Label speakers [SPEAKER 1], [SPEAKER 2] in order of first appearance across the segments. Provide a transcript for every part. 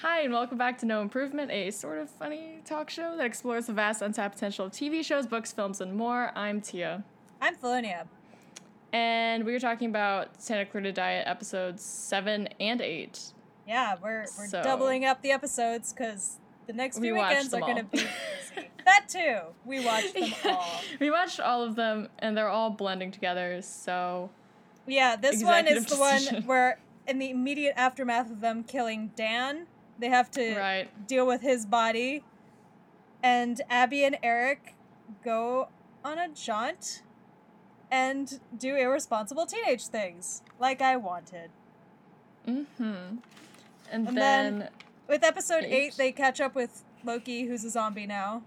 [SPEAKER 1] Hi, and welcome back to No Improvement, a sort of funny talk show that explores the vast untapped potential of TV shows, books, films, and more. I'm Tia.
[SPEAKER 2] I'm Felonia.
[SPEAKER 1] And we were talking about Santa Clarita Diet episodes 7 and 8.
[SPEAKER 2] Yeah, we're we're
[SPEAKER 1] So-
[SPEAKER 2] doubling up the episodes because the next
[SPEAKER 1] We
[SPEAKER 2] few
[SPEAKER 1] watched
[SPEAKER 2] weekends are
[SPEAKER 1] them all.
[SPEAKER 2] going to be crazy. that too. We watched them all.
[SPEAKER 1] we watched all of them, and they're all blending together, so
[SPEAKER 2] Yeah, this one
[SPEAKER 1] Executive
[SPEAKER 2] is the
[SPEAKER 1] decision.
[SPEAKER 2] one where in the immediate aftermath of them killing Dan, they have to
[SPEAKER 1] right.
[SPEAKER 2] deal with his body, and Abby and Eric go on a jaunt and do irresponsible teenage things like I wanted.
[SPEAKER 1] hmm And,
[SPEAKER 2] And
[SPEAKER 1] then,
[SPEAKER 2] then- With episode
[SPEAKER 1] Eight.
[SPEAKER 2] eight, they catch up with Loki, who's a zombie now.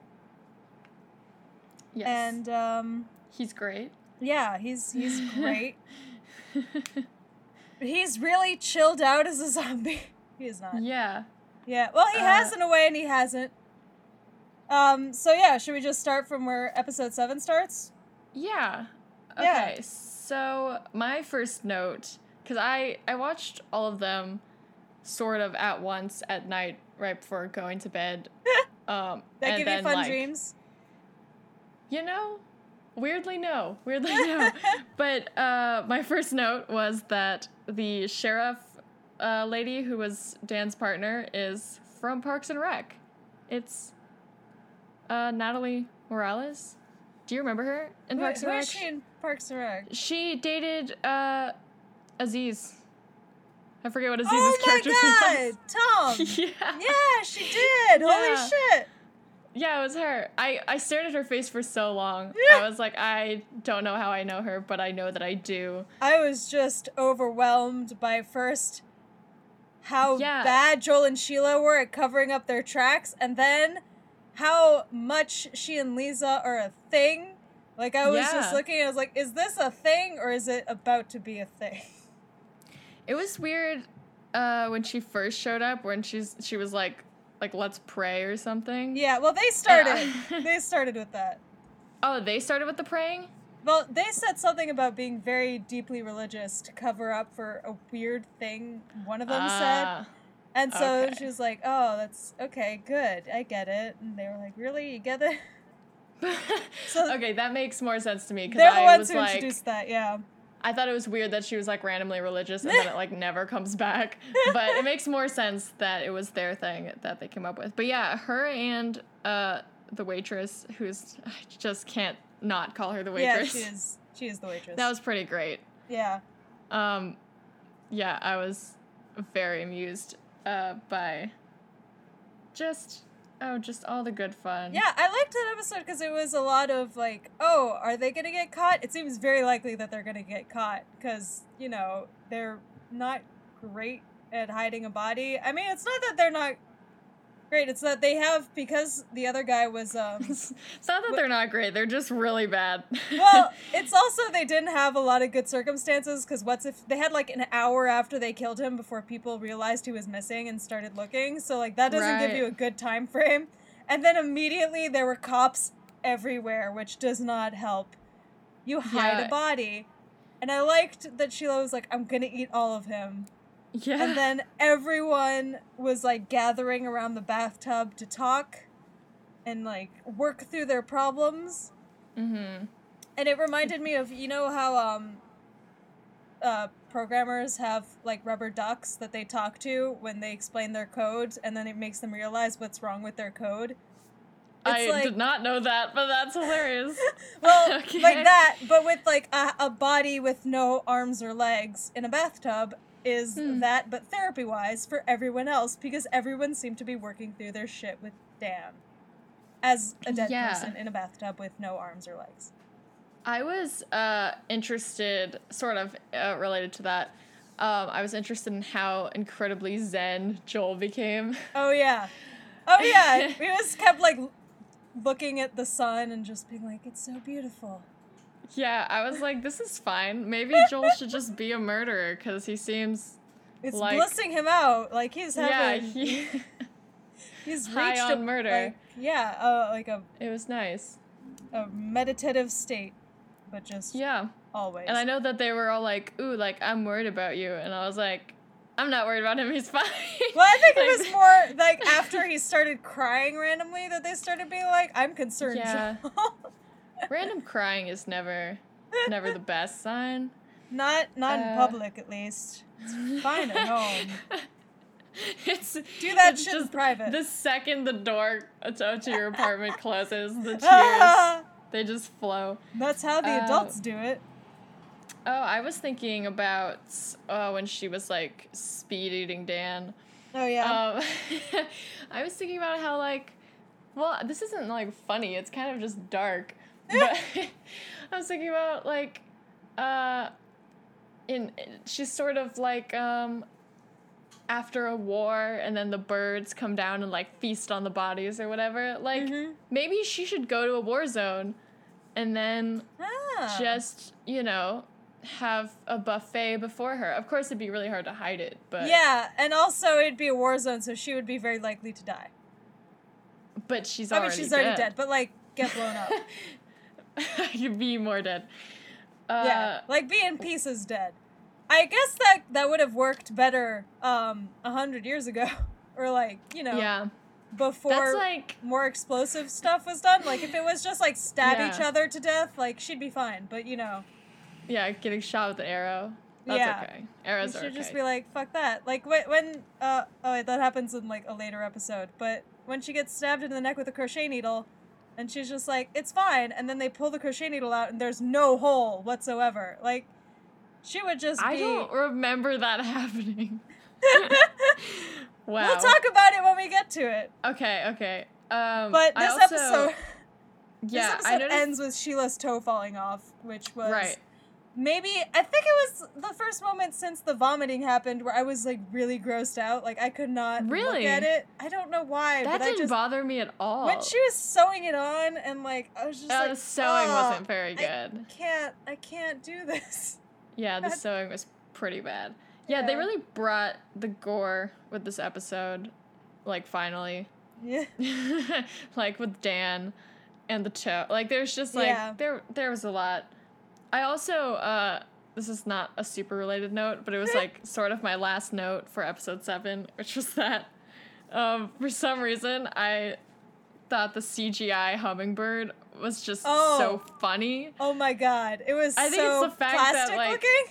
[SPEAKER 1] yes,
[SPEAKER 2] And um,
[SPEAKER 1] he's great.
[SPEAKER 2] yeah, he's he's great. he's really chilled out as a zombie. he is not.
[SPEAKER 1] yeah.
[SPEAKER 2] Yeah. Well, he
[SPEAKER 1] Uh,
[SPEAKER 2] has in a way, and he hasn't. Um. So yeah, should we just start from where episode seven starts?
[SPEAKER 1] Yeah.
[SPEAKER 2] Yeah.
[SPEAKER 1] Okay. So my first note, because I I watched all of them, sort of at once at night right before going to bed. um,
[SPEAKER 2] That
[SPEAKER 1] and
[SPEAKER 2] give
[SPEAKER 1] then,
[SPEAKER 2] you fun
[SPEAKER 1] like,
[SPEAKER 2] dreams.
[SPEAKER 1] You know, weirdly no, weirdly no. but uh, my first note was that the sheriff uh, lady who was Dan's partner is from Parks and Rec. It's uh, Natalie Morales. Do you remember her in
[SPEAKER 2] Who-
[SPEAKER 1] Parks and
[SPEAKER 2] who
[SPEAKER 1] Rec?
[SPEAKER 2] is she in Parks and Rec?
[SPEAKER 1] She dated uh Aziz. I forget what Aziz's
[SPEAKER 2] Oh my
[SPEAKER 1] character
[SPEAKER 2] god, Tom!
[SPEAKER 1] was. yeah. yeah.
[SPEAKER 2] yeah, she did.
[SPEAKER 1] Yeah.
[SPEAKER 2] Holy shit!
[SPEAKER 1] it was her. I, I stared at her face for so long.
[SPEAKER 2] Yeah.
[SPEAKER 1] I was like, I don't know how I know her, but I know that I do.
[SPEAKER 2] I was just overwhelmed by first how
[SPEAKER 1] Yeah.
[SPEAKER 2] bad Joel and Sheila were at covering up their tracks, and then how much she and Lisa are a thing. Like I was just
[SPEAKER 1] Yeah.
[SPEAKER 2] looking, I was like, is this a thing or is it about to be a thing?
[SPEAKER 1] It was weird uh when she first showed up when she's she was like like let's pray or something.
[SPEAKER 2] Yeah, well they started.
[SPEAKER 1] Yeah.
[SPEAKER 2] they started with that.
[SPEAKER 1] Oh, they started with the praying?
[SPEAKER 2] Well, they said something about being very deeply religious to cover up for a weird thing one of them said.
[SPEAKER 1] Ah.
[SPEAKER 2] And so
[SPEAKER 1] Okay.
[SPEAKER 2] she was like, "Oh, that's okay, good, I get it." And they were like, "Really, you get it?" So-
[SPEAKER 1] okay, that makes more sense to me because
[SPEAKER 2] They're the
[SPEAKER 1] I
[SPEAKER 2] ones
[SPEAKER 1] was
[SPEAKER 2] who
[SPEAKER 1] like,
[SPEAKER 2] introduced that, yeah.
[SPEAKER 1] I thought it was weird that she was like randomly religious and then it like never comes back. But it makes more sense that it was their thing that they came up with. But yeah, her and uh, the waitress, who's I just can't not call her the
[SPEAKER 2] Yeah,
[SPEAKER 1] waitress.
[SPEAKER 2] she is. She is the waitress.
[SPEAKER 1] That was pretty great.
[SPEAKER 2] yeah.
[SPEAKER 1] Um, yeah, I was very amused uh, by just oh, just all the good fun.
[SPEAKER 2] Yeah, I liked that episode because it was a lot of like, "Oh, are they gonna get caught?" It seems very likely that they're gonna get caught because you know they're not great at hiding a body. I mean, it's not that they're not great; it's that they have because the other guy was um,
[SPEAKER 1] it's not that they're not great; they're just really bad.
[SPEAKER 2] well, it's also they didn't have a lot of good circumstances because what's if they had like an hour after they killed him before people realized he was missing and started looking. So like that doesn't
[SPEAKER 1] Right.
[SPEAKER 2] give you a good time frame. And then immediately there were cops everywhere, which does not help. You hide
[SPEAKER 1] Yeah.
[SPEAKER 2] a body. And I liked that Sheila was like, I'm gonna eat all of him.
[SPEAKER 1] yeah.
[SPEAKER 2] And then everyone was like gathering around the bathtub to talk and like work through their problems.
[SPEAKER 1] mm-hmm.
[SPEAKER 2] And it reminded me of you know how um uh programmers have like rubber ducks that they talk to when they explain their code and then it makes them realize what's wrong with their code.
[SPEAKER 1] I
[SPEAKER 2] It's like-
[SPEAKER 1] did not know that, but that's hilarious.
[SPEAKER 2] Well,
[SPEAKER 1] Okay.
[SPEAKER 2] like that, but with like a, a body with no arms or legs in a bathtub is
[SPEAKER 1] Hmm.
[SPEAKER 2] that but therapy wise for everyone else because everyone seemed to be working through their shit with Dan as a dead
[SPEAKER 1] Yeah.
[SPEAKER 2] person in a bathtub with no arms or legs.
[SPEAKER 1] I was uh, interested, sort of uh, related to that. Um, I was interested in how incredibly zen Joel became.
[SPEAKER 2] Oh yeah. Oh yeah. we just kept like l- looking at the sun and just being like, it's so beautiful.
[SPEAKER 1] yeah, I was like, this is fine. Maybe Joel should just be a murderer because he seems
[SPEAKER 2] It's
[SPEAKER 1] Like-
[SPEAKER 2] blissing him out. Like he's
[SPEAKER 1] yeah.
[SPEAKER 2] having
[SPEAKER 1] He,
[SPEAKER 2] he's reached
[SPEAKER 1] high
[SPEAKER 2] a,
[SPEAKER 1] on murder.
[SPEAKER 2] like, yeah, uh, like a,
[SPEAKER 1] it was nice.
[SPEAKER 2] a meditative state, but just
[SPEAKER 1] Yeah,
[SPEAKER 2] always.
[SPEAKER 1] and I know that they were all like, "Ooh, like I'm worried about you," and I was like, I'm not worried about him. He's fine.
[SPEAKER 2] Well, I think it
[SPEAKER 1] Like-
[SPEAKER 2] was more like after he started crying randomly that they started being like, "I'm concerned."
[SPEAKER 1] Yeah.
[SPEAKER 2] Joel."
[SPEAKER 1] random crying is never never the best sign.
[SPEAKER 2] not not in
[SPEAKER 1] Uh,
[SPEAKER 2] public, at least. fine at home.
[SPEAKER 1] It's
[SPEAKER 2] Do that
[SPEAKER 1] it's
[SPEAKER 2] shit in
[SPEAKER 1] just
[SPEAKER 2] private.
[SPEAKER 1] the second the door to, to your apartment closes, the cheers
[SPEAKER 2] Ah!
[SPEAKER 1] they just flow.
[SPEAKER 2] That's how the
[SPEAKER 1] Uh,
[SPEAKER 2] adults do it.
[SPEAKER 1] Oh, I was thinking about oh when she was like speed eating Dan.
[SPEAKER 2] Oh yeah.
[SPEAKER 1] Um, I was thinking about how like, well, this isn't like funny. It's kind of just dark. But I was thinking about like, uh, in she's sort of like um, after a war, and then the birds come down and like feast on the bodies or whatever. Like
[SPEAKER 2] Mhm.
[SPEAKER 1] maybe she should go to a war zone, and then
[SPEAKER 2] Ah.
[SPEAKER 1] just you know have a buffet before her. Of course, it'd be really hard to hide it, but
[SPEAKER 2] yeah, and also it'd be a war zone, so she would be very likely to die.
[SPEAKER 1] but she's
[SPEAKER 2] I
[SPEAKER 1] already
[SPEAKER 2] mean, she's already dead, but like get blown up.
[SPEAKER 1] You'd be more dead. Uh,
[SPEAKER 2] yeah, like be in pieces dead. I guess that that would have worked better um a hundred years ago, or like you know
[SPEAKER 1] yeah.
[SPEAKER 2] before
[SPEAKER 1] That's like
[SPEAKER 2] more explosive stuff was done. Like if it was just like stab each
[SPEAKER 1] Yeah.
[SPEAKER 2] other to death, like she'd be fine. But you know,
[SPEAKER 1] yeah, getting shot with an arrow. That's
[SPEAKER 2] Yeah.
[SPEAKER 1] okay.
[SPEAKER 2] you
[SPEAKER 1] Arrows
[SPEAKER 2] should
[SPEAKER 1] are okay.
[SPEAKER 2] just be like, fuck that. Like when, when uh oh wait, that happens in like a later episode. But when she gets stabbed in the neck with a crochet needle, and she's just like, it's fine. And then they pull the crochet needle out, and there's no hole whatsoever. Like she would just.
[SPEAKER 1] I
[SPEAKER 2] be...
[SPEAKER 1] don't remember that happening. wow.
[SPEAKER 2] We'll talk about it when we get to it.
[SPEAKER 1] okay. Okay. Um,
[SPEAKER 2] But
[SPEAKER 1] I
[SPEAKER 2] this
[SPEAKER 1] also-
[SPEAKER 2] episode,
[SPEAKER 1] yeah,
[SPEAKER 2] this
[SPEAKER 1] I
[SPEAKER 2] episode
[SPEAKER 1] noticed.
[SPEAKER 2] ends with Sheila's toe falling off, which was
[SPEAKER 1] right.
[SPEAKER 2] maybe I think it was the first moment since the vomiting happened where I was like really grossed out. Like I could not
[SPEAKER 1] Really?
[SPEAKER 2] look at it. I don't know why,
[SPEAKER 1] That
[SPEAKER 2] but I
[SPEAKER 1] didn't
[SPEAKER 2] just
[SPEAKER 1] bother me at all.
[SPEAKER 2] when she was sewing it on and like I was just
[SPEAKER 1] Uh, the
[SPEAKER 2] like
[SPEAKER 1] sewing
[SPEAKER 2] "Ah,
[SPEAKER 1] wasn't very
[SPEAKER 2] I-
[SPEAKER 1] good.
[SPEAKER 2] I can't I can't do this.
[SPEAKER 1] Yeah, the
[SPEAKER 2] That's-
[SPEAKER 1] sewing was pretty bad. Yeah, they
[SPEAKER 2] Yeah.
[SPEAKER 1] really brought the gore with this episode, like finally,
[SPEAKER 2] Yeah.
[SPEAKER 1] like with Dan and the toe. Like there's just like
[SPEAKER 2] Yeah.
[SPEAKER 1] there there was a lot. I also uh this is not a super related note, but it was like sort of my last note for episode 7, which was that um for some reason I thought the CGI hummingbird was just
[SPEAKER 2] Oh.
[SPEAKER 1] so funny.
[SPEAKER 2] Oh my god. It was
[SPEAKER 1] I think it's
[SPEAKER 2] so
[SPEAKER 1] the fact that,
[SPEAKER 2] plastic
[SPEAKER 1] like,
[SPEAKER 2] looking.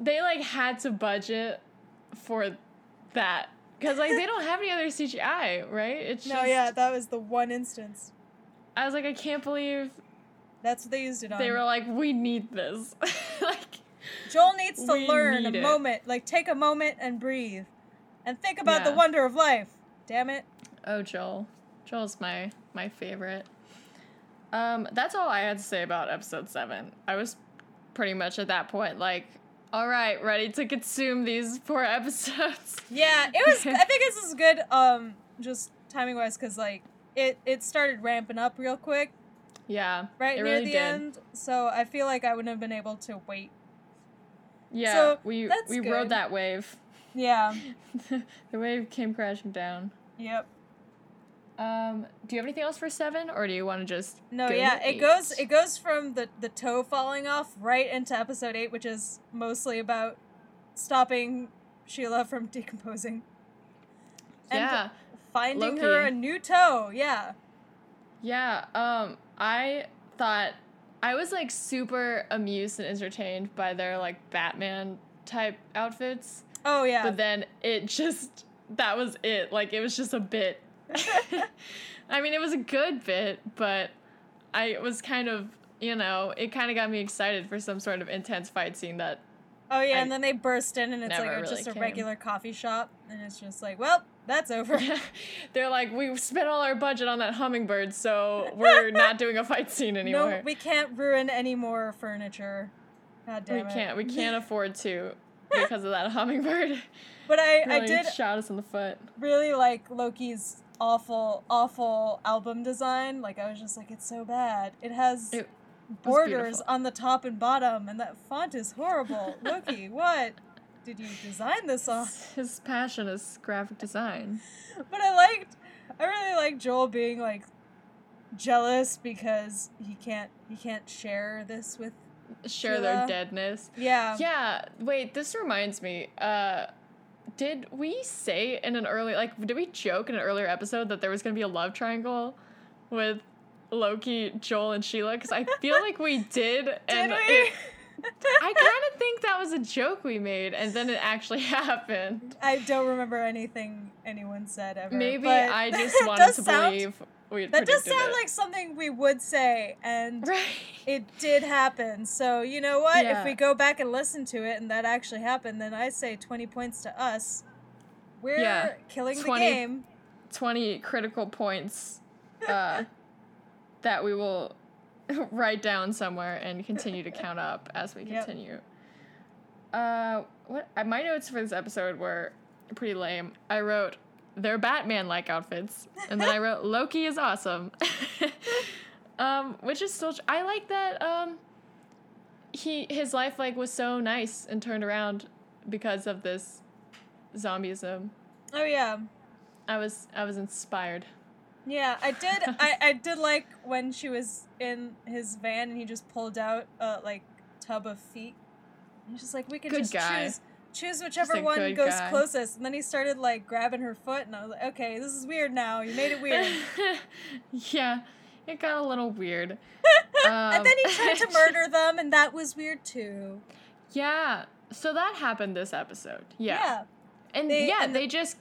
[SPEAKER 1] they like had to budget for that because like they don't have any other CGI, right? It's
[SPEAKER 2] No,
[SPEAKER 1] just,
[SPEAKER 2] yeah, that was the one instance.
[SPEAKER 1] I was like, I can't believe
[SPEAKER 2] That's what they used it on.
[SPEAKER 1] they were like, we need this. like,
[SPEAKER 2] Joel needs to
[SPEAKER 1] We
[SPEAKER 2] learn
[SPEAKER 1] need
[SPEAKER 2] a
[SPEAKER 1] it.
[SPEAKER 2] moment. Like take a moment and breathe. And think about the
[SPEAKER 1] Yeah.
[SPEAKER 2] wonder of life. Damn it.
[SPEAKER 1] oh Joel, Joel's my my favorite. Um, that's all I had to say about episode seven. I was pretty much at that point like, all right, ready to consume these four episodes.
[SPEAKER 2] Yeah, it was. I think this is good. Um, just timing wise, because like it it started ramping up real quick
[SPEAKER 1] yeah,
[SPEAKER 2] right
[SPEAKER 1] it
[SPEAKER 2] near
[SPEAKER 1] really
[SPEAKER 2] the
[SPEAKER 1] did.
[SPEAKER 2] end. So I feel like I wouldn't have been able to wait.
[SPEAKER 1] Yeah,
[SPEAKER 2] So,
[SPEAKER 1] we
[SPEAKER 2] that's
[SPEAKER 1] we
[SPEAKER 2] good.
[SPEAKER 1] rode that wave.
[SPEAKER 2] Yeah.
[SPEAKER 1] the wave came crashing down.
[SPEAKER 2] Yep.
[SPEAKER 1] Um, do you have anything else for seven, or do you want to just?
[SPEAKER 2] No.
[SPEAKER 1] go to
[SPEAKER 2] yeah. It
[SPEAKER 1] eight?
[SPEAKER 2] goes. It goes from the the toe falling off right into episode eight, which is mostly about stopping Sheila from decomposing, and-
[SPEAKER 1] yeah,
[SPEAKER 2] finding
[SPEAKER 1] Loki.
[SPEAKER 2] her a new toe. Yeah.
[SPEAKER 1] yeah. Um, I thought I was like super amused and entertained by their like Batman type outfits,
[SPEAKER 2] Oh yeah.
[SPEAKER 1] but then it just that was it. Like it was just a bit. I mean, it was a good bit, but I was kind of you know it kind of got me excited for some sort of intense fight scene that
[SPEAKER 2] Oh yeah,
[SPEAKER 1] I
[SPEAKER 2] and then they burst in, and it's like
[SPEAKER 1] never
[SPEAKER 2] a-
[SPEAKER 1] really
[SPEAKER 2] just a
[SPEAKER 1] came.
[SPEAKER 2] regular coffee shop, and it's just like, well, that's over.
[SPEAKER 1] They're like, we spent all our budget on that hummingbird, so we're not doing a fight scene
[SPEAKER 2] no,
[SPEAKER 1] anymore.
[SPEAKER 2] we can't ruin any more furniture. God damn
[SPEAKER 1] we
[SPEAKER 2] it.
[SPEAKER 1] can't. We can't afford to because of that hummingbird.
[SPEAKER 2] But I,
[SPEAKER 1] Really
[SPEAKER 2] I did
[SPEAKER 1] shot us in the foot.
[SPEAKER 2] really like Loki's awful, awful album design. Like I was just like, it's so bad. It has
[SPEAKER 1] It
[SPEAKER 2] borders
[SPEAKER 1] beautiful.
[SPEAKER 2] on the top and bottom, and that font is horrible. Loki, what did you design this on?
[SPEAKER 1] His passion is graphic design.
[SPEAKER 2] But I liked, I really liked Joel being like jealous because he can't he can't share this with
[SPEAKER 1] Share their
[SPEAKER 2] Sheila. Um,
[SPEAKER 1] deadness.
[SPEAKER 2] yeah
[SPEAKER 1] Yeah. Wait. This reminds me. Uh, did we say in an early like did we joke in an earlier episode that there was going to be a love triangle with Loki, Joel, and Sheila? Because I feel like we did,
[SPEAKER 2] Did
[SPEAKER 1] and
[SPEAKER 2] we?
[SPEAKER 1] it- I kind of think that was a joke we made, and then it actually happened.
[SPEAKER 2] I don't remember anything anyone said ever.
[SPEAKER 1] Maybe
[SPEAKER 2] but
[SPEAKER 1] I just
[SPEAKER 2] that
[SPEAKER 1] wanted
[SPEAKER 2] does
[SPEAKER 1] to
[SPEAKER 2] sound-
[SPEAKER 1] believe we had
[SPEAKER 2] That does
[SPEAKER 1] predicted
[SPEAKER 2] sound
[SPEAKER 1] it.
[SPEAKER 2] like something we would say, and
[SPEAKER 1] right.
[SPEAKER 2] it did happen. So you know what?
[SPEAKER 1] Yeah.
[SPEAKER 2] If we go back and listen to it, and that actually happened, then I say twenty points to us. We're
[SPEAKER 1] Yeah,
[SPEAKER 2] killing
[SPEAKER 1] 20.
[SPEAKER 2] the game.
[SPEAKER 1] 20 critical points uh, that we will write down somewhere and continue to count up as we
[SPEAKER 2] Yep.
[SPEAKER 1] continue. Uh, what uh, my notes for this episode were pretty lame. I wrote they're Batman-like outfits, and then I wrote Loki is awesome, um, which is still tr- I like that um, he his life like was so nice and turned around because of this zombieism.
[SPEAKER 2] Oh yeah,
[SPEAKER 1] I was I was inspired.
[SPEAKER 2] yeah. I did. I, I did like when she was in his van and he just pulled out a like tub of feet. And he's just like, we can
[SPEAKER 1] Good
[SPEAKER 2] just
[SPEAKER 1] guy.
[SPEAKER 2] choose choose whichever
[SPEAKER 1] a
[SPEAKER 2] one
[SPEAKER 1] good
[SPEAKER 2] goes
[SPEAKER 1] guy.
[SPEAKER 2] closest. And then he started like grabbing her foot, and I was like, okay, this is weird now. You made it weird.
[SPEAKER 1] yeah, it got a little weird.
[SPEAKER 2] and then he
[SPEAKER 1] Um,
[SPEAKER 2] tried to murder them, and that was weird too.
[SPEAKER 1] Yeah, so that happened this episode. Yeah, and
[SPEAKER 2] They-
[SPEAKER 1] yeah,
[SPEAKER 2] and
[SPEAKER 1] they just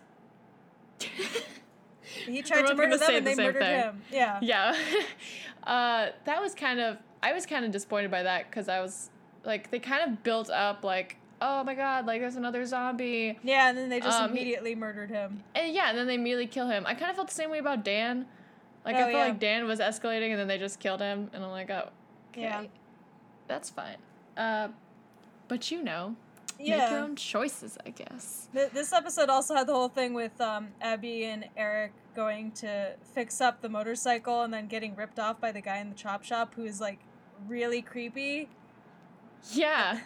[SPEAKER 2] He tried to
[SPEAKER 1] both gonna
[SPEAKER 2] murder them
[SPEAKER 1] say
[SPEAKER 2] and
[SPEAKER 1] the
[SPEAKER 2] they
[SPEAKER 1] same
[SPEAKER 2] murdered
[SPEAKER 1] thing.
[SPEAKER 2] him. Yeah.
[SPEAKER 1] yeah. uh, that was kind of I was kind of disappointed by that because I was like they kind of built up like oh my god like there's another zombie
[SPEAKER 2] Yeah, and then they just
[SPEAKER 1] Um, he-
[SPEAKER 2] immediately murdered him.
[SPEAKER 1] and yeah and then they immediately kill him. I kind of felt the same way about Dan. Like I
[SPEAKER 2] Oh,
[SPEAKER 1] felt
[SPEAKER 2] yeah.
[SPEAKER 1] like Dan was escalating and then they just killed him and I'm like oh okay
[SPEAKER 2] Yeah.
[SPEAKER 1] that's fine. Uh, but you know. Make your
[SPEAKER 2] Yeah.
[SPEAKER 1] own choices, I guess.
[SPEAKER 2] Th- this episode also had the whole thing with um, Abby and Eric going to fix up the motorcycle and then getting ripped off by the guy in the chop shop who is like really creepy.
[SPEAKER 1] Yeah.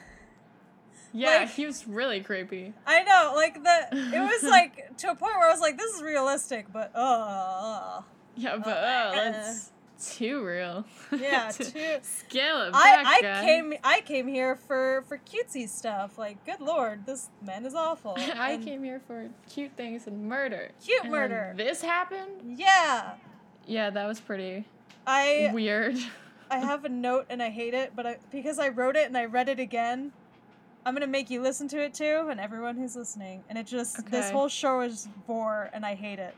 [SPEAKER 1] Yeah,
[SPEAKER 2] Like-
[SPEAKER 1] he was really creepy.
[SPEAKER 2] I know, like the it was like to a point where I was like, this is realistic, but uh,
[SPEAKER 1] Yeah, but
[SPEAKER 2] Uh,
[SPEAKER 1] oh,
[SPEAKER 2] uh,
[SPEAKER 1] that's too real.
[SPEAKER 2] yeah,
[SPEAKER 1] To
[SPEAKER 2] too.
[SPEAKER 1] Scale it back,
[SPEAKER 2] I, I
[SPEAKER 1] guys.
[SPEAKER 2] came I came here for for cutesy stuff. Like, good lord, this man is awful.
[SPEAKER 1] I
[SPEAKER 2] And-
[SPEAKER 1] came here for cute things and murder.
[SPEAKER 2] Cute
[SPEAKER 1] And
[SPEAKER 2] murder.
[SPEAKER 1] This happened.
[SPEAKER 2] Yeah.
[SPEAKER 1] Yeah, that was pretty
[SPEAKER 2] I
[SPEAKER 1] weird.
[SPEAKER 2] I have a note and I hate it, but I, because I wrote it and I read it again, I'm gonna make you listen to it too, and everyone who's listening. And it just this
[SPEAKER 1] Okay.
[SPEAKER 2] whole show is bore, and I hate it.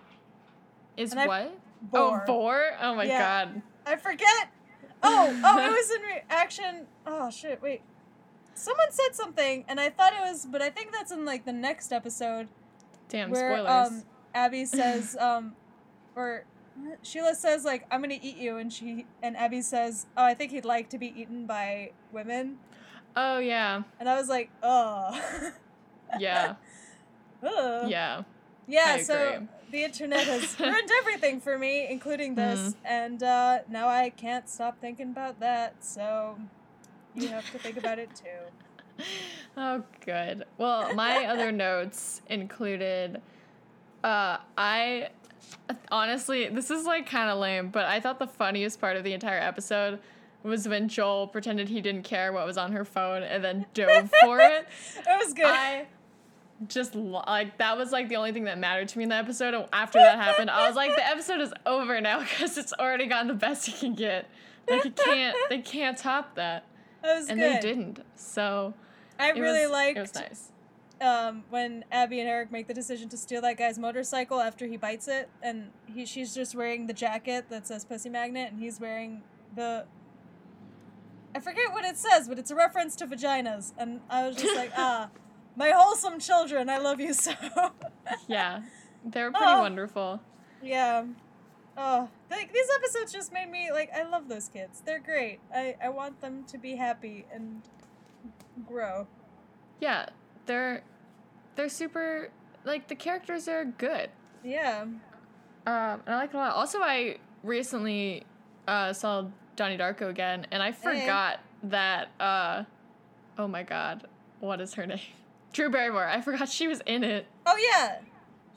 [SPEAKER 1] Is
[SPEAKER 2] And I-
[SPEAKER 1] what?
[SPEAKER 2] Bore.
[SPEAKER 1] Oh, four. Oh my
[SPEAKER 2] Yeah.
[SPEAKER 1] god.
[SPEAKER 2] I forget. Oh, oh, it was in reaction. Oh shit! Wait, someone said something, and I thought it was, but I think that's in like the next episode
[SPEAKER 1] Damn,
[SPEAKER 2] where
[SPEAKER 1] spoilers.
[SPEAKER 2] um Abby says um, or Sheila says like I'm gonna eat you, and she and Abby says, oh, I think he'd like to be eaten by women.
[SPEAKER 1] oh, yeah.
[SPEAKER 2] And I was like, oh.
[SPEAKER 1] Yeah.
[SPEAKER 2] Ugh.
[SPEAKER 1] yeah.
[SPEAKER 2] Yeah,
[SPEAKER 1] I
[SPEAKER 2] so
[SPEAKER 1] agree.
[SPEAKER 2] the internet has ruined everything for me, including this.
[SPEAKER 1] Mhm.
[SPEAKER 2] And uh, now I can't stop thinking about that. So you have to think about it too.
[SPEAKER 1] Oh, good. Well, my other notes included uh, I honestly, this is like kind of lame, but I thought the funniest part of the entire episode was when Joel pretended he didn't care what was on her phone and then dove for it.
[SPEAKER 2] It was good.
[SPEAKER 1] I just lo- like that was like the only thing that mattered to me in the episode. And After that happened, I was like, the episode is over now because it's already gotten the best it can get. Like it can't, they can't top that,
[SPEAKER 2] it was
[SPEAKER 1] and
[SPEAKER 2] good.
[SPEAKER 1] they didn't. So
[SPEAKER 2] I
[SPEAKER 1] it
[SPEAKER 2] really
[SPEAKER 1] was,
[SPEAKER 2] liked
[SPEAKER 1] It was nice.
[SPEAKER 2] um, when Abby and Eric make the decision to steal that guy's motorcycle after he bites it, and he she's just wearing the jacket that says "pussy magnet," and he's wearing the. I forget what it says, but it's a reference to vaginas, and I was just like, ah, my wholesome children, I love you so.
[SPEAKER 1] Yeah, they were pretty
[SPEAKER 2] Oh.
[SPEAKER 1] wonderful.
[SPEAKER 2] yeah. Oh, like these episodes just made me like I love those kids. They're great. I I want them to be happy and grow.
[SPEAKER 1] Yeah, they're they're super. Like the characters are good.
[SPEAKER 2] Yeah.
[SPEAKER 1] Um, and I like it a lot. Also, I recently uh, saw Donnie Darko again, and I forgot that. Uh, oh my God, what is her name? Drew Barrymore. I forgot she was in it.
[SPEAKER 2] Oh yeah.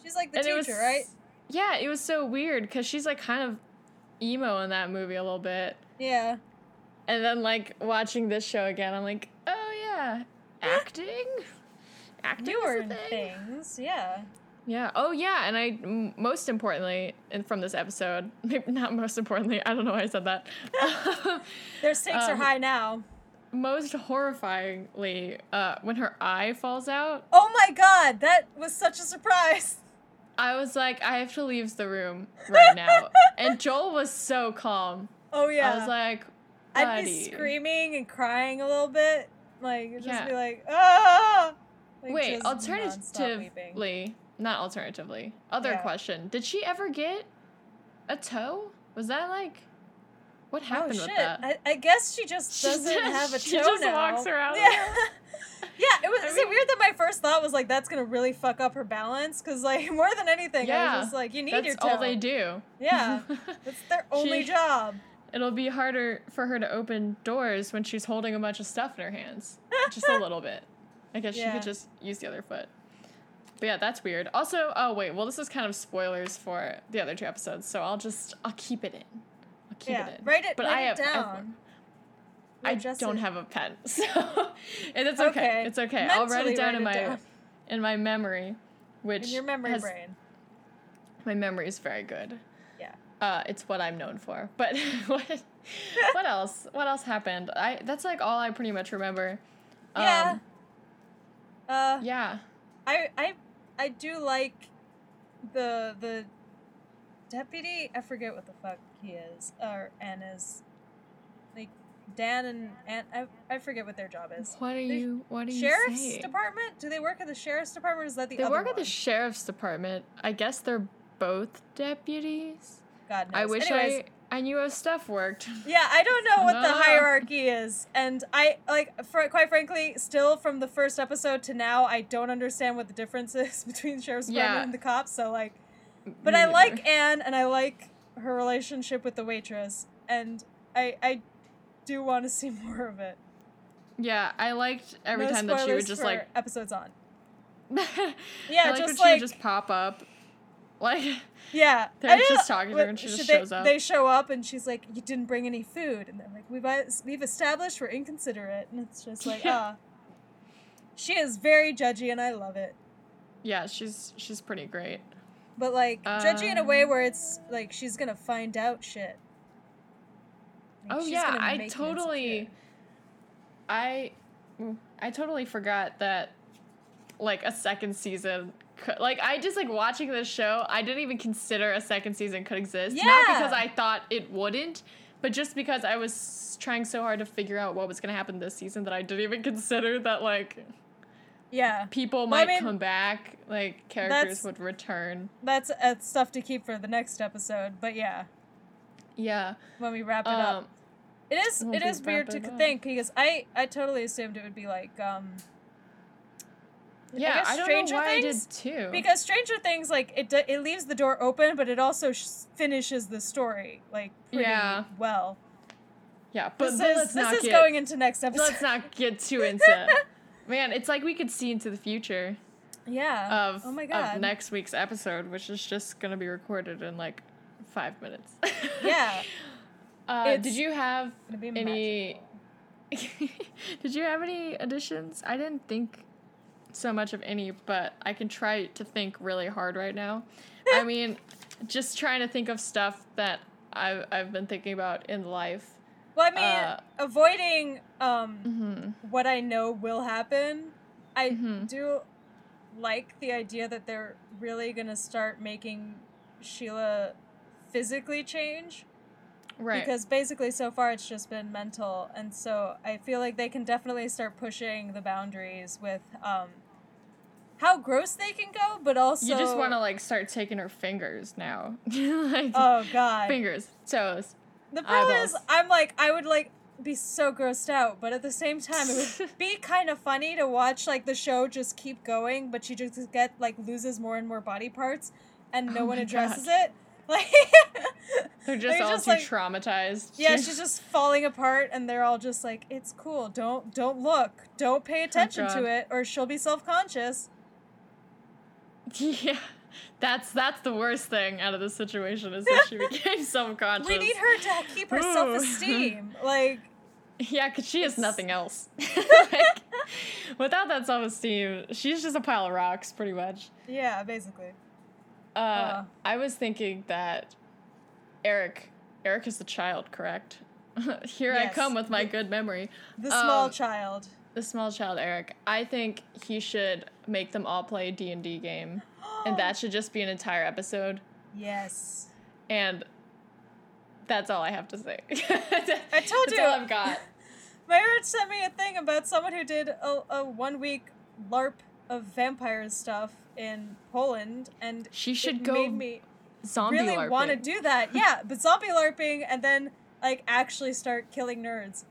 [SPEAKER 2] She's like the
[SPEAKER 1] and
[SPEAKER 2] teacher,
[SPEAKER 1] it was
[SPEAKER 2] right?
[SPEAKER 1] Yeah, it was so weird because she's like kind of emo in that movie a little bit,
[SPEAKER 2] Yeah.
[SPEAKER 1] and then like watching this show again, I'm like, oh yeah, acting. acting is
[SPEAKER 2] newer
[SPEAKER 1] a thing.
[SPEAKER 2] things. Yeah.
[SPEAKER 1] Yeah. Oh, yeah. And I, m- most importantly, and from this episode, maybe not most importantly, I don't know why I said that.
[SPEAKER 2] Their stakes are
[SPEAKER 1] Um,
[SPEAKER 2] high now.
[SPEAKER 1] most horrifyingly, uh, when her eye falls out,
[SPEAKER 2] Oh my god, that was such a surprise.
[SPEAKER 1] I was like, I have to leave the room right now. and Joel was so calm.
[SPEAKER 2] Oh yeah.
[SPEAKER 1] I was like,
[SPEAKER 2] I'd
[SPEAKER 1] buddy.
[SPEAKER 2] be screaming and crying a little bit. Like just
[SPEAKER 1] Yeah.
[SPEAKER 2] be like, ah. Like,
[SPEAKER 1] Wait,
[SPEAKER 2] just nonstop weeping.
[SPEAKER 1] alternatively, not alternatively. Other
[SPEAKER 2] Yeah.
[SPEAKER 1] question: Did she ever get a toe? Was that like what happened
[SPEAKER 2] oh,
[SPEAKER 1] with
[SPEAKER 2] shit.
[SPEAKER 1] that?
[SPEAKER 2] I, I guess she just
[SPEAKER 1] She
[SPEAKER 2] doesn't
[SPEAKER 1] just-
[SPEAKER 2] have a toe
[SPEAKER 1] she just
[SPEAKER 2] now.
[SPEAKER 1] walks around with
[SPEAKER 2] Yeah. yeah, it was
[SPEAKER 1] I
[SPEAKER 2] is it weird that my first thought was like that's gonna really fuck up her balance because like more than anything, I
[SPEAKER 1] Yeah.
[SPEAKER 2] was just like you need
[SPEAKER 1] That's
[SPEAKER 2] your toe.
[SPEAKER 1] all they do.
[SPEAKER 2] Yeah, that's their only
[SPEAKER 1] She-
[SPEAKER 2] job.
[SPEAKER 1] It'll be harder for her to open doors when she's holding a bunch of stuff in her hands. Just a little bit. I guess she
[SPEAKER 2] Yeah.
[SPEAKER 1] could just use the other foot. But yeah, that's weird. Also, oh wait, well this is kind of spoilers for the other two episodes, so I'll just I'll keep it in. I'll keep
[SPEAKER 2] yeah,
[SPEAKER 1] it in.
[SPEAKER 2] write it,
[SPEAKER 1] But
[SPEAKER 2] write
[SPEAKER 1] I have-
[SPEAKER 2] it
[SPEAKER 1] I have-
[SPEAKER 2] down.
[SPEAKER 1] I
[SPEAKER 2] Adjust
[SPEAKER 1] don't
[SPEAKER 2] it.
[SPEAKER 1] have a pen, so and it's okay.
[SPEAKER 2] Okay.
[SPEAKER 1] It's okay. I'll write
[SPEAKER 2] Mentally
[SPEAKER 1] it down
[SPEAKER 2] write
[SPEAKER 1] in
[SPEAKER 2] it
[SPEAKER 1] my
[SPEAKER 2] down.
[SPEAKER 1] in my memory, which
[SPEAKER 2] in your memory
[SPEAKER 1] has-
[SPEAKER 2] brain.
[SPEAKER 1] My memory is very good.
[SPEAKER 2] Yeah.
[SPEAKER 1] Uh, it's what I'm known for. But what what else? What else happened? I that's like all I pretty much remember.
[SPEAKER 2] yeah.
[SPEAKER 1] Um,
[SPEAKER 2] Uh,
[SPEAKER 1] yeah.
[SPEAKER 2] I I I do like the the deputy. I forget what the fuck he is or Anna's. Like Dan and Ann. I I forget what their job is.
[SPEAKER 1] What are you? What are you
[SPEAKER 2] Sheriff's
[SPEAKER 1] saying?
[SPEAKER 2] department? Do they work at the sheriff's department? Or is that the
[SPEAKER 1] They
[SPEAKER 2] other
[SPEAKER 1] work at the
[SPEAKER 2] one?
[SPEAKER 1] sheriff's department. I guess they're both deputies.
[SPEAKER 2] God knows.
[SPEAKER 1] I wish
[SPEAKER 2] Anyways,
[SPEAKER 1] I I knew how stuff worked.
[SPEAKER 2] Yeah, I don't know what the
[SPEAKER 1] Ah.
[SPEAKER 2] hierarchy is, and I like, fr- quite frankly, still from the first episode to now, I don't understand what the difference is between the sheriff's department
[SPEAKER 1] Yeah.
[SPEAKER 2] and the cops. So like,
[SPEAKER 1] Me
[SPEAKER 2] but I
[SPEAKER 1] neither.
[SPEAKER 2] like Anne, and I like her relationship with the waitress, and I I do want to see more of it.
[SPEAKER 1] Yeah, I liked every
[SPEAKER 2] No
[SPEAKER 1] time that she would
[SPEAKER 2] spoilers
[SPEAKER 1] just
[SPEAKER 2] for
[SPEAKER 1] like
[SPEAKER 2] episodes on. Yeah,
[SPEAKER 1] yeah, like
[SPEAKER 2] just
[SPEAKER 1] when she
[SPEAKER 2] like
[SPEAKER 1] would just pop up, like
[SPEAKER 2] yeah,
[SPEAKER 1] they're
[SPEAKER 2] I didn't-
[SPEAKER 1] just talking to her
[SPEAKER 2] what-
[SPEAKER 1] and she just
[SPEAKER 2] should
[SPEAKER 1] shows
[SPEAKER 2] they,
[SPEAKER 1] up.
[SPEAKER 2] They show up, and she's like, "You didn't bring any food," and they're like, "We've es- we've established we're inconsiderate," and it's just like,
[SPEAKER 1] Yeah.
[SPEAKER 2] ah. She is very judgy, and I love it.
[SPEAKER 1] yeah, she's she's pretty great.
[SPEAKER 2] But like judgy in a way where it's like she's gonna find out shit. Like,
[SPEAKER 1] Oh
[SPEAKER 2] she's
[SPEAKER 1] yeah,
[SPEAKER 2] gonna
[SPEAKER 1] I
[SPEAKER 2] make him
[SPEAKER 1] totally,
[SPEAKER 2] insecure.
[SPEAKER 1] I, mm, I totally forgot that, like a second season. Could, like I just like watching this show. I didn't even consider a second season could exist. Not because
[SPEAKER 2] Yeah.
[SPEAKER 1] I thought it wouldn't, but just because I was trying so hard to figure out what was gonna happen this season that I didn't even consider that like
[SPEAKER 2] Yeah,
[SPEAKER 1] people
[SPEAKER 2] Well, I
[SPEAKER 1] might
[SPEAKER 2] mean,
[SPEAKER 1] come back, like
[SPEAKER 2] that's-
[SPEAKER 1] characters would return.
[SPEAKER 2] that's uh, stuff to keep for the next episode. But yeah,
[SPEAKER 1] Yeah.
[SPEAKER 2] when we wrap it
[SPEAKER 1] Um,
[SPEAKER 2] up, it is
[SPEAKER 1] when
[SPEAKER 2] it
[SPEAKER 1] we
[SPEAKER 2] is weird
[SPEAKER 1] wrap
[SPEAKER 2] to
[SPEAKER 1] it up.
[SPEAKER 2] think because I I totally assumed it would be like um
[SPEAKER 1] yeah,
[SPEAKER 2] guess
[SPEAKER 1] I, don't
[SPEAKER 2] Stranger
[SPEAKER 1] know why
[SPEAKER 2] Things,
[SPEAKER 1] I did too.
[SPEAKER 2] because Stranger Things like it do- it leaves the door open, but it also sh- finishes the story like pretty
[SPEAKER 1] Yeah.
[SPEAKER 2] well.
[SPEAKER 1] yeah, but
[SPEAKER 2] this
[SPEAKER 1] but
[SPEAKER 2] is
[SPEAKER 1] let's
[SPEAKER 2] this
[SPEAKER 1] not
[SPEAKER 2] is
[SPEAKER 1] get,
[SPEAKER 2] going into next episode.
[SPEAKER 1] Let's not get too into. Man, it's like we could see into the future
[SPEAKER 2] yeah.
[SPEAKER 1] of,
[SPEAKER 2] oh my
[SPEAKER 1] of
[SPEAKER 2] god.
[SPEAKER 1] next week's episode, which is just gonna be recorded in like five minutes.
[SPEAKER 2] yeah.
[SPEAKER 1] Uh,
[SPEAKER 2] It's
[SPEAKER 1] did you have
[SPEAKER 2] Gonna be
[SPEAKER 1] any?
[SPEAKER 2] magical.
[SPEAKER 1] did you have any additions? I didn't think so much of any, but I can try to think really hard right now. I mean, just trying to think of stuff that I've I've been thinking about in life.
[SPEAKER 2] Well, I mean,
[SPEAKER 1] Uh,
[SPEAKER 2] avoiding um,
[SPEAKER 1] hmm
[SPEAKER 2] what I know will happen, I
[SPEAKER 1] Mhm.
[SPEAKER 2] do like the idea that they're really gonna start making Sheila physically change
[SPEAKER 1] Right.
[SPEAKER 2] because basically so far it's just been mental, and so I feel like they can definitely start pushing the boundaries with um, how gross they can go, but also
[SPEAKER 1] you just want to like start taking her fingers now. like,
[SPEAKER 2] Oh God!
[SPEAKER 1] fingers, toes.
[SPEAKER 2] The problem is,
[SPEAKER 1] eyeballs.
[SPEAKER 2] I'm like, I would like be so grossed out, but at the same time, it would be kind of funny to watch like the show just keep going, but she just get like loses more and more body parts, and no
[SPEAKER 1] Oh
[SPEAKER 2] one
[SPEAKER 1] my
[SPEAKER 2] addresses
[SPEAKER 1] God.
[SPEAKER 2] it. Like,
[SPEAKER 1] They're just
[SPEAKER 2] They're
[SPEAKER 1] all
[SPEAKER 2] just,
[SPEAKER 1] too
[SPEAKER 2] like-
[SPEAKER 1] traumatized.
[SPEAKER 2] yeah, she's just falling apart, and they're all just like, "It's cool. Don't don't look. Don't pay attention
[SPEAKER 1] God.
[SPEAKER 2] to it, or she'll be self conscious."
[SPEAKER 1] yeah. That's that's the worst thing out of this situation is that she became self-conscious.
[SPEAKER 2] We need her to keep her
[SPEAKER 1] Ooh.
[SPEAKER 2] self esteem. Like,
[SPEAKER 1] Yeah, because she has
[SPEAKER 2] It's-
[SPEAKER 1] nothing else. like, Without that self esteem, she's just a pile of rocks, pretty much.
[SPEAKER 2] Yeah, basically.
[SPEAKER 1] Uh,
[SPEAKER 2] Uh.
[SPEAKER 1] I was thinking that Eric, Eric is the child, correct? Here I
[SPEAKER 2] Yes.
[SPEAKER 1] come with my good memory.
[SPEAKER 2] The small
[SPEAKER 1] Um,
[SPEAKER 2] child.
[SPEAKER 1] The small child Eric. I think he should make them all play D and D game, and that should just be an entire episode.
[SPEAKER 2] Yes.
[SPEAKER 1] And that's all I have to say. I
[SPEAKER 2] told
[SPEAKER 1] that's
[SPEAKER 2] you.
[SPEAKER 1] all I've got.
[SPEAKER 2] My aunt sent me a thing about someone who did a, a one week LARP of vampire stuff in Poland, and
[SPEAKER 1] She
[SPEAKER 2] it
[SPEAKER 1] should go
[SPEAKER 2] made me
[SPEAKER 1] zombie
[SPEAKER 2] really
[SPEAKER 1] LARPing.
[SPEAKER 2] want to do that. Yeah, but zombie LARPing and then like actually start killing nerds.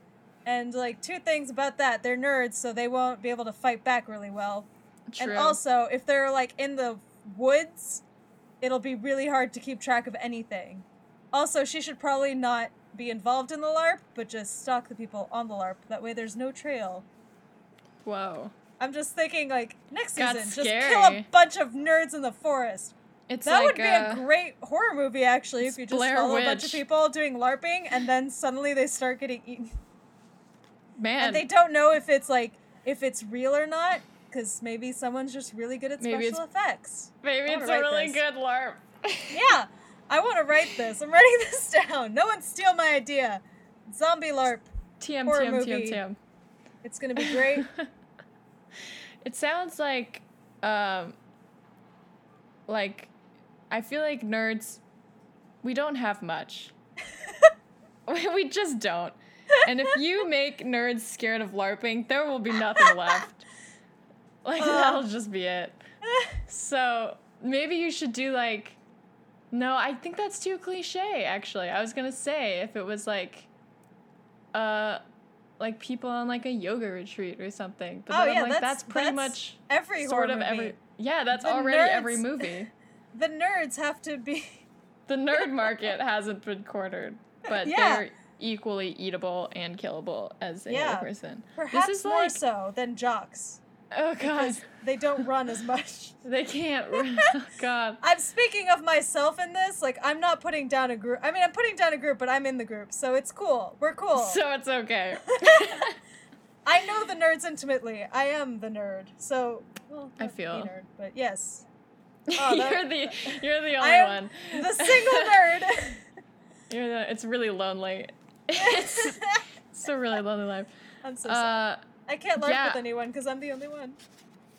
[SPEAKER 2] And like two things about that: they're nerds, so they won't be able to fight back really well.
[SPEAKER 1] True.
[SPEAKER 2] And also, if they're like in the woods, it'll be really hard to keep track of anything. Also, she should probably not be involved in the LARP, but just stalk the people on the LARP. That way, there's no trail.
[SPEAKER 1] Whoa.
[SPEAKER 2] I'm just thinking, like next
[SPEAKER 1] Got
[SPEAKER 2] season, just kill
[SPEAKER 1] scary.
[SPEAKER 2] a bunch of nerds in the forest.
[SPEAKER 1] It's
[SPEAKER 2] that
[SPEAKER 1] like
[SPEAKER 2] would be
[SPEAKER 1] uh,
[SPEAKER 2] a great horror movie, actually, if you just
[SPEAKER 1] Blair
[SPEAKER 2] follow a bunch of
[SPEAKER 1] Witch.
[SPEAKER 2] people doing LARPing and then suddenly they start getting eaten,
[SPEAKER 1] man.
[SPEAKER 2] and they don't know if it's like if it's real or not, because maybe someone's just really good at
[SPEAKER 1] Maybe it's-
[SPEAKER 2] special effects.
[SPEAKER 1] Maybe
[SPEAKER 2] I
[SPEAKER 1] it's
[SPEAKER 2] wanna
[SPEAKER 1] a
[SPEAKER 2] write
[SPEAKER 1] really
[SPEAKER 2] this.
[SPEAKER 1] good LARP.
[SPEAKER 2] Yeah, I want to write this. I'm writing this down. No one steal my idea. Zombie LARP.
[SPEAKER 1] TM,
[SPEAKER 2] Horror
[SPEAKER 1] TM,
[SPEAKER 2] movie.
[SPEAKER 1] TM,
[SPEAKER 2] It's gonna be great.
[SPEAKER 1] TM. it sounds like, um, like, I feel like nerds, we don't have much. We- we just don't. And if you make nerds scared of LARPing, there will be nothing left.
[SPEAKER 2] Uh.
[SPEAKER 1] Like, that'll just be it. So maybe you should do like, no, I think that's too cliche. Actually, I was gonna say if it was like, uh, like people on like a yoga retreat or something. But
[SPEAKER 2] Oh,
[SPEAKER 1] then I'm
[SPEAKER 2] yeah,
[SPEAKER 1] like, that's,
[SPEAKER 2] that's-
[SPEAKER 1] pretty
[SPEAKER 2] that's
[SPEAKER 1] much
[SPEAKER 2] Every
[SPEAKER 1] sort
[SPEAKER 2] horror
[SPEAKER 1] of
[SPEAKER 2] movie.
[SPEAKER 1] every. Yeah, that's
[SPEAKER 2] The
[SPEAKER 1] already every
[SPEAKER 2] nerds-
[SPEAKER 1] movie.
[SPEAKER 2] The nerds have to be.
[SPEAKER 1] The nerd market hasn't been cornered, but
[SPEAKER 2] Yeah.
[SPEAKER 1] they're equally eatable and killable as any
[SPEAKER 2] Yeah.
[SPEAKER 1] other person.
[SPEAKER 2] Perhaps
[SPEAKER 1] this is
[SPEAKER 2] more
[SPEAKER 1] like,
[SPEAKER 2] so than jocks.
[SPEAKER 1] oh god,
[SPEAKER 2] Because they don't run as much.
[SPEAKER 1] they can't. oh god.
[SPEAKER 2] I'm speaking of myself in this. Like, I'm not putting down a group. I mean, I'm putting down a group, but I'm in the group, so it's cool. We're cool.
[SPEAKER 1] So it's okay.
[SPEAKER 2] I know the nerds intimately. I am the nerd, so well,
[SPEAKER 1] I
[SPEAKER 2] not the
[SPEAKER 1] feel-
[SPEAKER 2] nerd, but yes, Oh, that-
[SPEAKER 1] you're the you're the
[SPEAKER 2] I
[SPEAKER 1] only
[SPEAKER 2] am
[SPEAKER 1] one.
[SPEAKER 2] the single
[SPEAKER 1] you're the, it's really lonely. It's,
[SPEAKER 2] nerd.
[SPEAKER 1] it's a really lonely life.
[SPEAKER 2] I'm so sorry.
[SPEAKER 1] Uh,
[SPEAKER 2] I can't LARP
[SPEAKER 1] yeah.
[SPEAKER 2] with anyone because I'm the only one.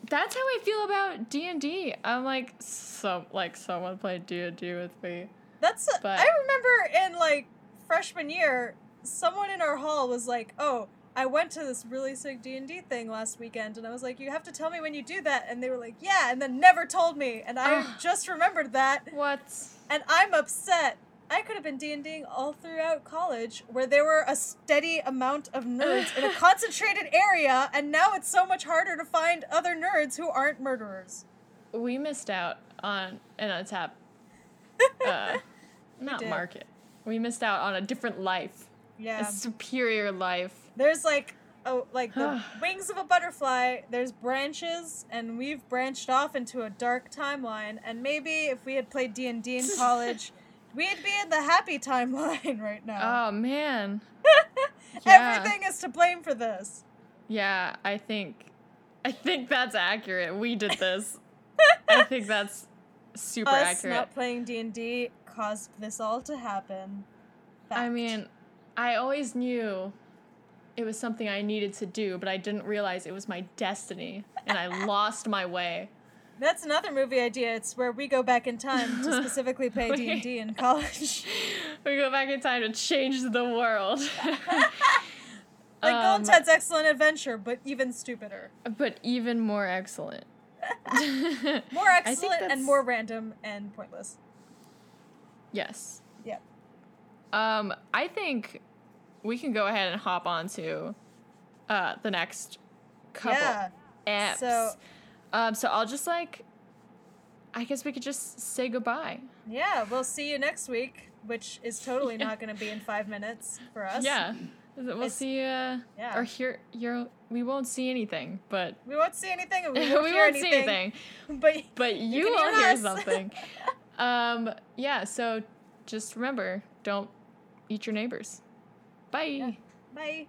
[SPEAKER 1] that's how I feel about D and D. I'm like so like someone played D and D with me.
[SPEAKER 2] That's
[SPEAKER 1] But-
[SPEAKER 2] I remember in like freshman year, someone in our hall was like, "Oh, I went to this really sick D and D thing last weekend," and I was like, "You have to tell me when you do that." And they were like, "Yeah," and then never told me, and I
[SPEAKER 1] Ugh.
[SPEAKER 2] just remembered that,
[SPEAKER 1] What?
[SPEAKER 2] and I'm upset. I could have been D and Ding all throughout college, where there were a steady amount of nerds in a concentrated area, and now it's so much harder to find other nerds who aren't murderers.
[SPEAKER 1] We missed out on an untap. Uh, not
[SPEAKER 2] did.
[SPEAKER 1] market. We missed out on a different life,
[SPEAKER 2] Yeah.
[SPEAKER 1] a superior life.
[SPEAKER 2] There's like oh like the wings of a butterfly, there's branches and we've branched off into a dark timeline and maybe if we had played D&D in college, we'd be in the happy timeline right now.
[SPEAKER 1] Oh man. Oh,
[SPEAKER 2] Everything is to blame for this.
[SPEAKER 1] Yeah, I think I think that's accurate. We did this. I think that's super
[SPEAKER 2] Us
[SPEAKER 1] accurate.
[SPEAKER 2] not playing D&D caused this all to happen.
[SPEAKER 1] I
[SPEAKER 2] Fact.
[SPEAKER 1] mean, I always knew it was something I needed to do, but I didn't realize it was my destiny and I lost my way.
[SPEAKER 2] that's another movie idea. It's where we go back in time to specifically play
[SPEAKER 1] We-
[SPEAKER 2] D&D in college.
[SPEAKER 1] We go back in time to change the world.
[SPEAKER 2] like
[SPEAKER 1] Um,
[SPEAKER 2] Golden Ted's Excellent Adventure, but even stupider.
[SPEAKER 1] but even more excellent.
[SPEAKER 2] More
[SPEAKER 1] think
[SPEAKER 2] excellent
[SPEAKER 1] that's-
[SPEAKER 2] and more random and pointless.
[SPEAKER 1] yes.
[SPEAKER 2] Yeah.
[SPEAKER 1] Um, I think we can go ahead and hop on to uh, the next couple.
[SPEAKER 2] Yeah.
[SPEAKER 1] apps.
[SPEAKER 2] So-
[SPEAKER 1] um, so I'll just like, I guess we could just say goodbye.
[SPEAKER 2] Yeah. We'll see you next week, which is totally not going to be in five minutes for us.
[SPEAKER 1] Yeah, we'll
[SPEAKER 2] It's-
[SPEAKER 1] see. Uh,
[SPEAKER 2] yeah.
[SPEAKER 1] Or hear you. We won't see anything, but
[SPEAKER 2] We won't see anything and we
[SPEAKER 1] we
[SPEAKER 2] won't,
[SPEAKER 1] won't
[SPEAKER 2] hear
[SPEAKER 1] see
[SPEAKER 2] anything,
[SPEAKER 1] anything.
[SPEAKER 2] But
[SPEAKER 1] But you,
[SPEAKER 2] can
[SPEAKER 1] will
[SPEAKER 2] hear
[SPEAKER 1] hear
[SPEAKER 2] us.
[SPEAKER 1] something. um, yeah. So just remember, don't eat your neighbors. Bye.
[SPEAKER 2] bye.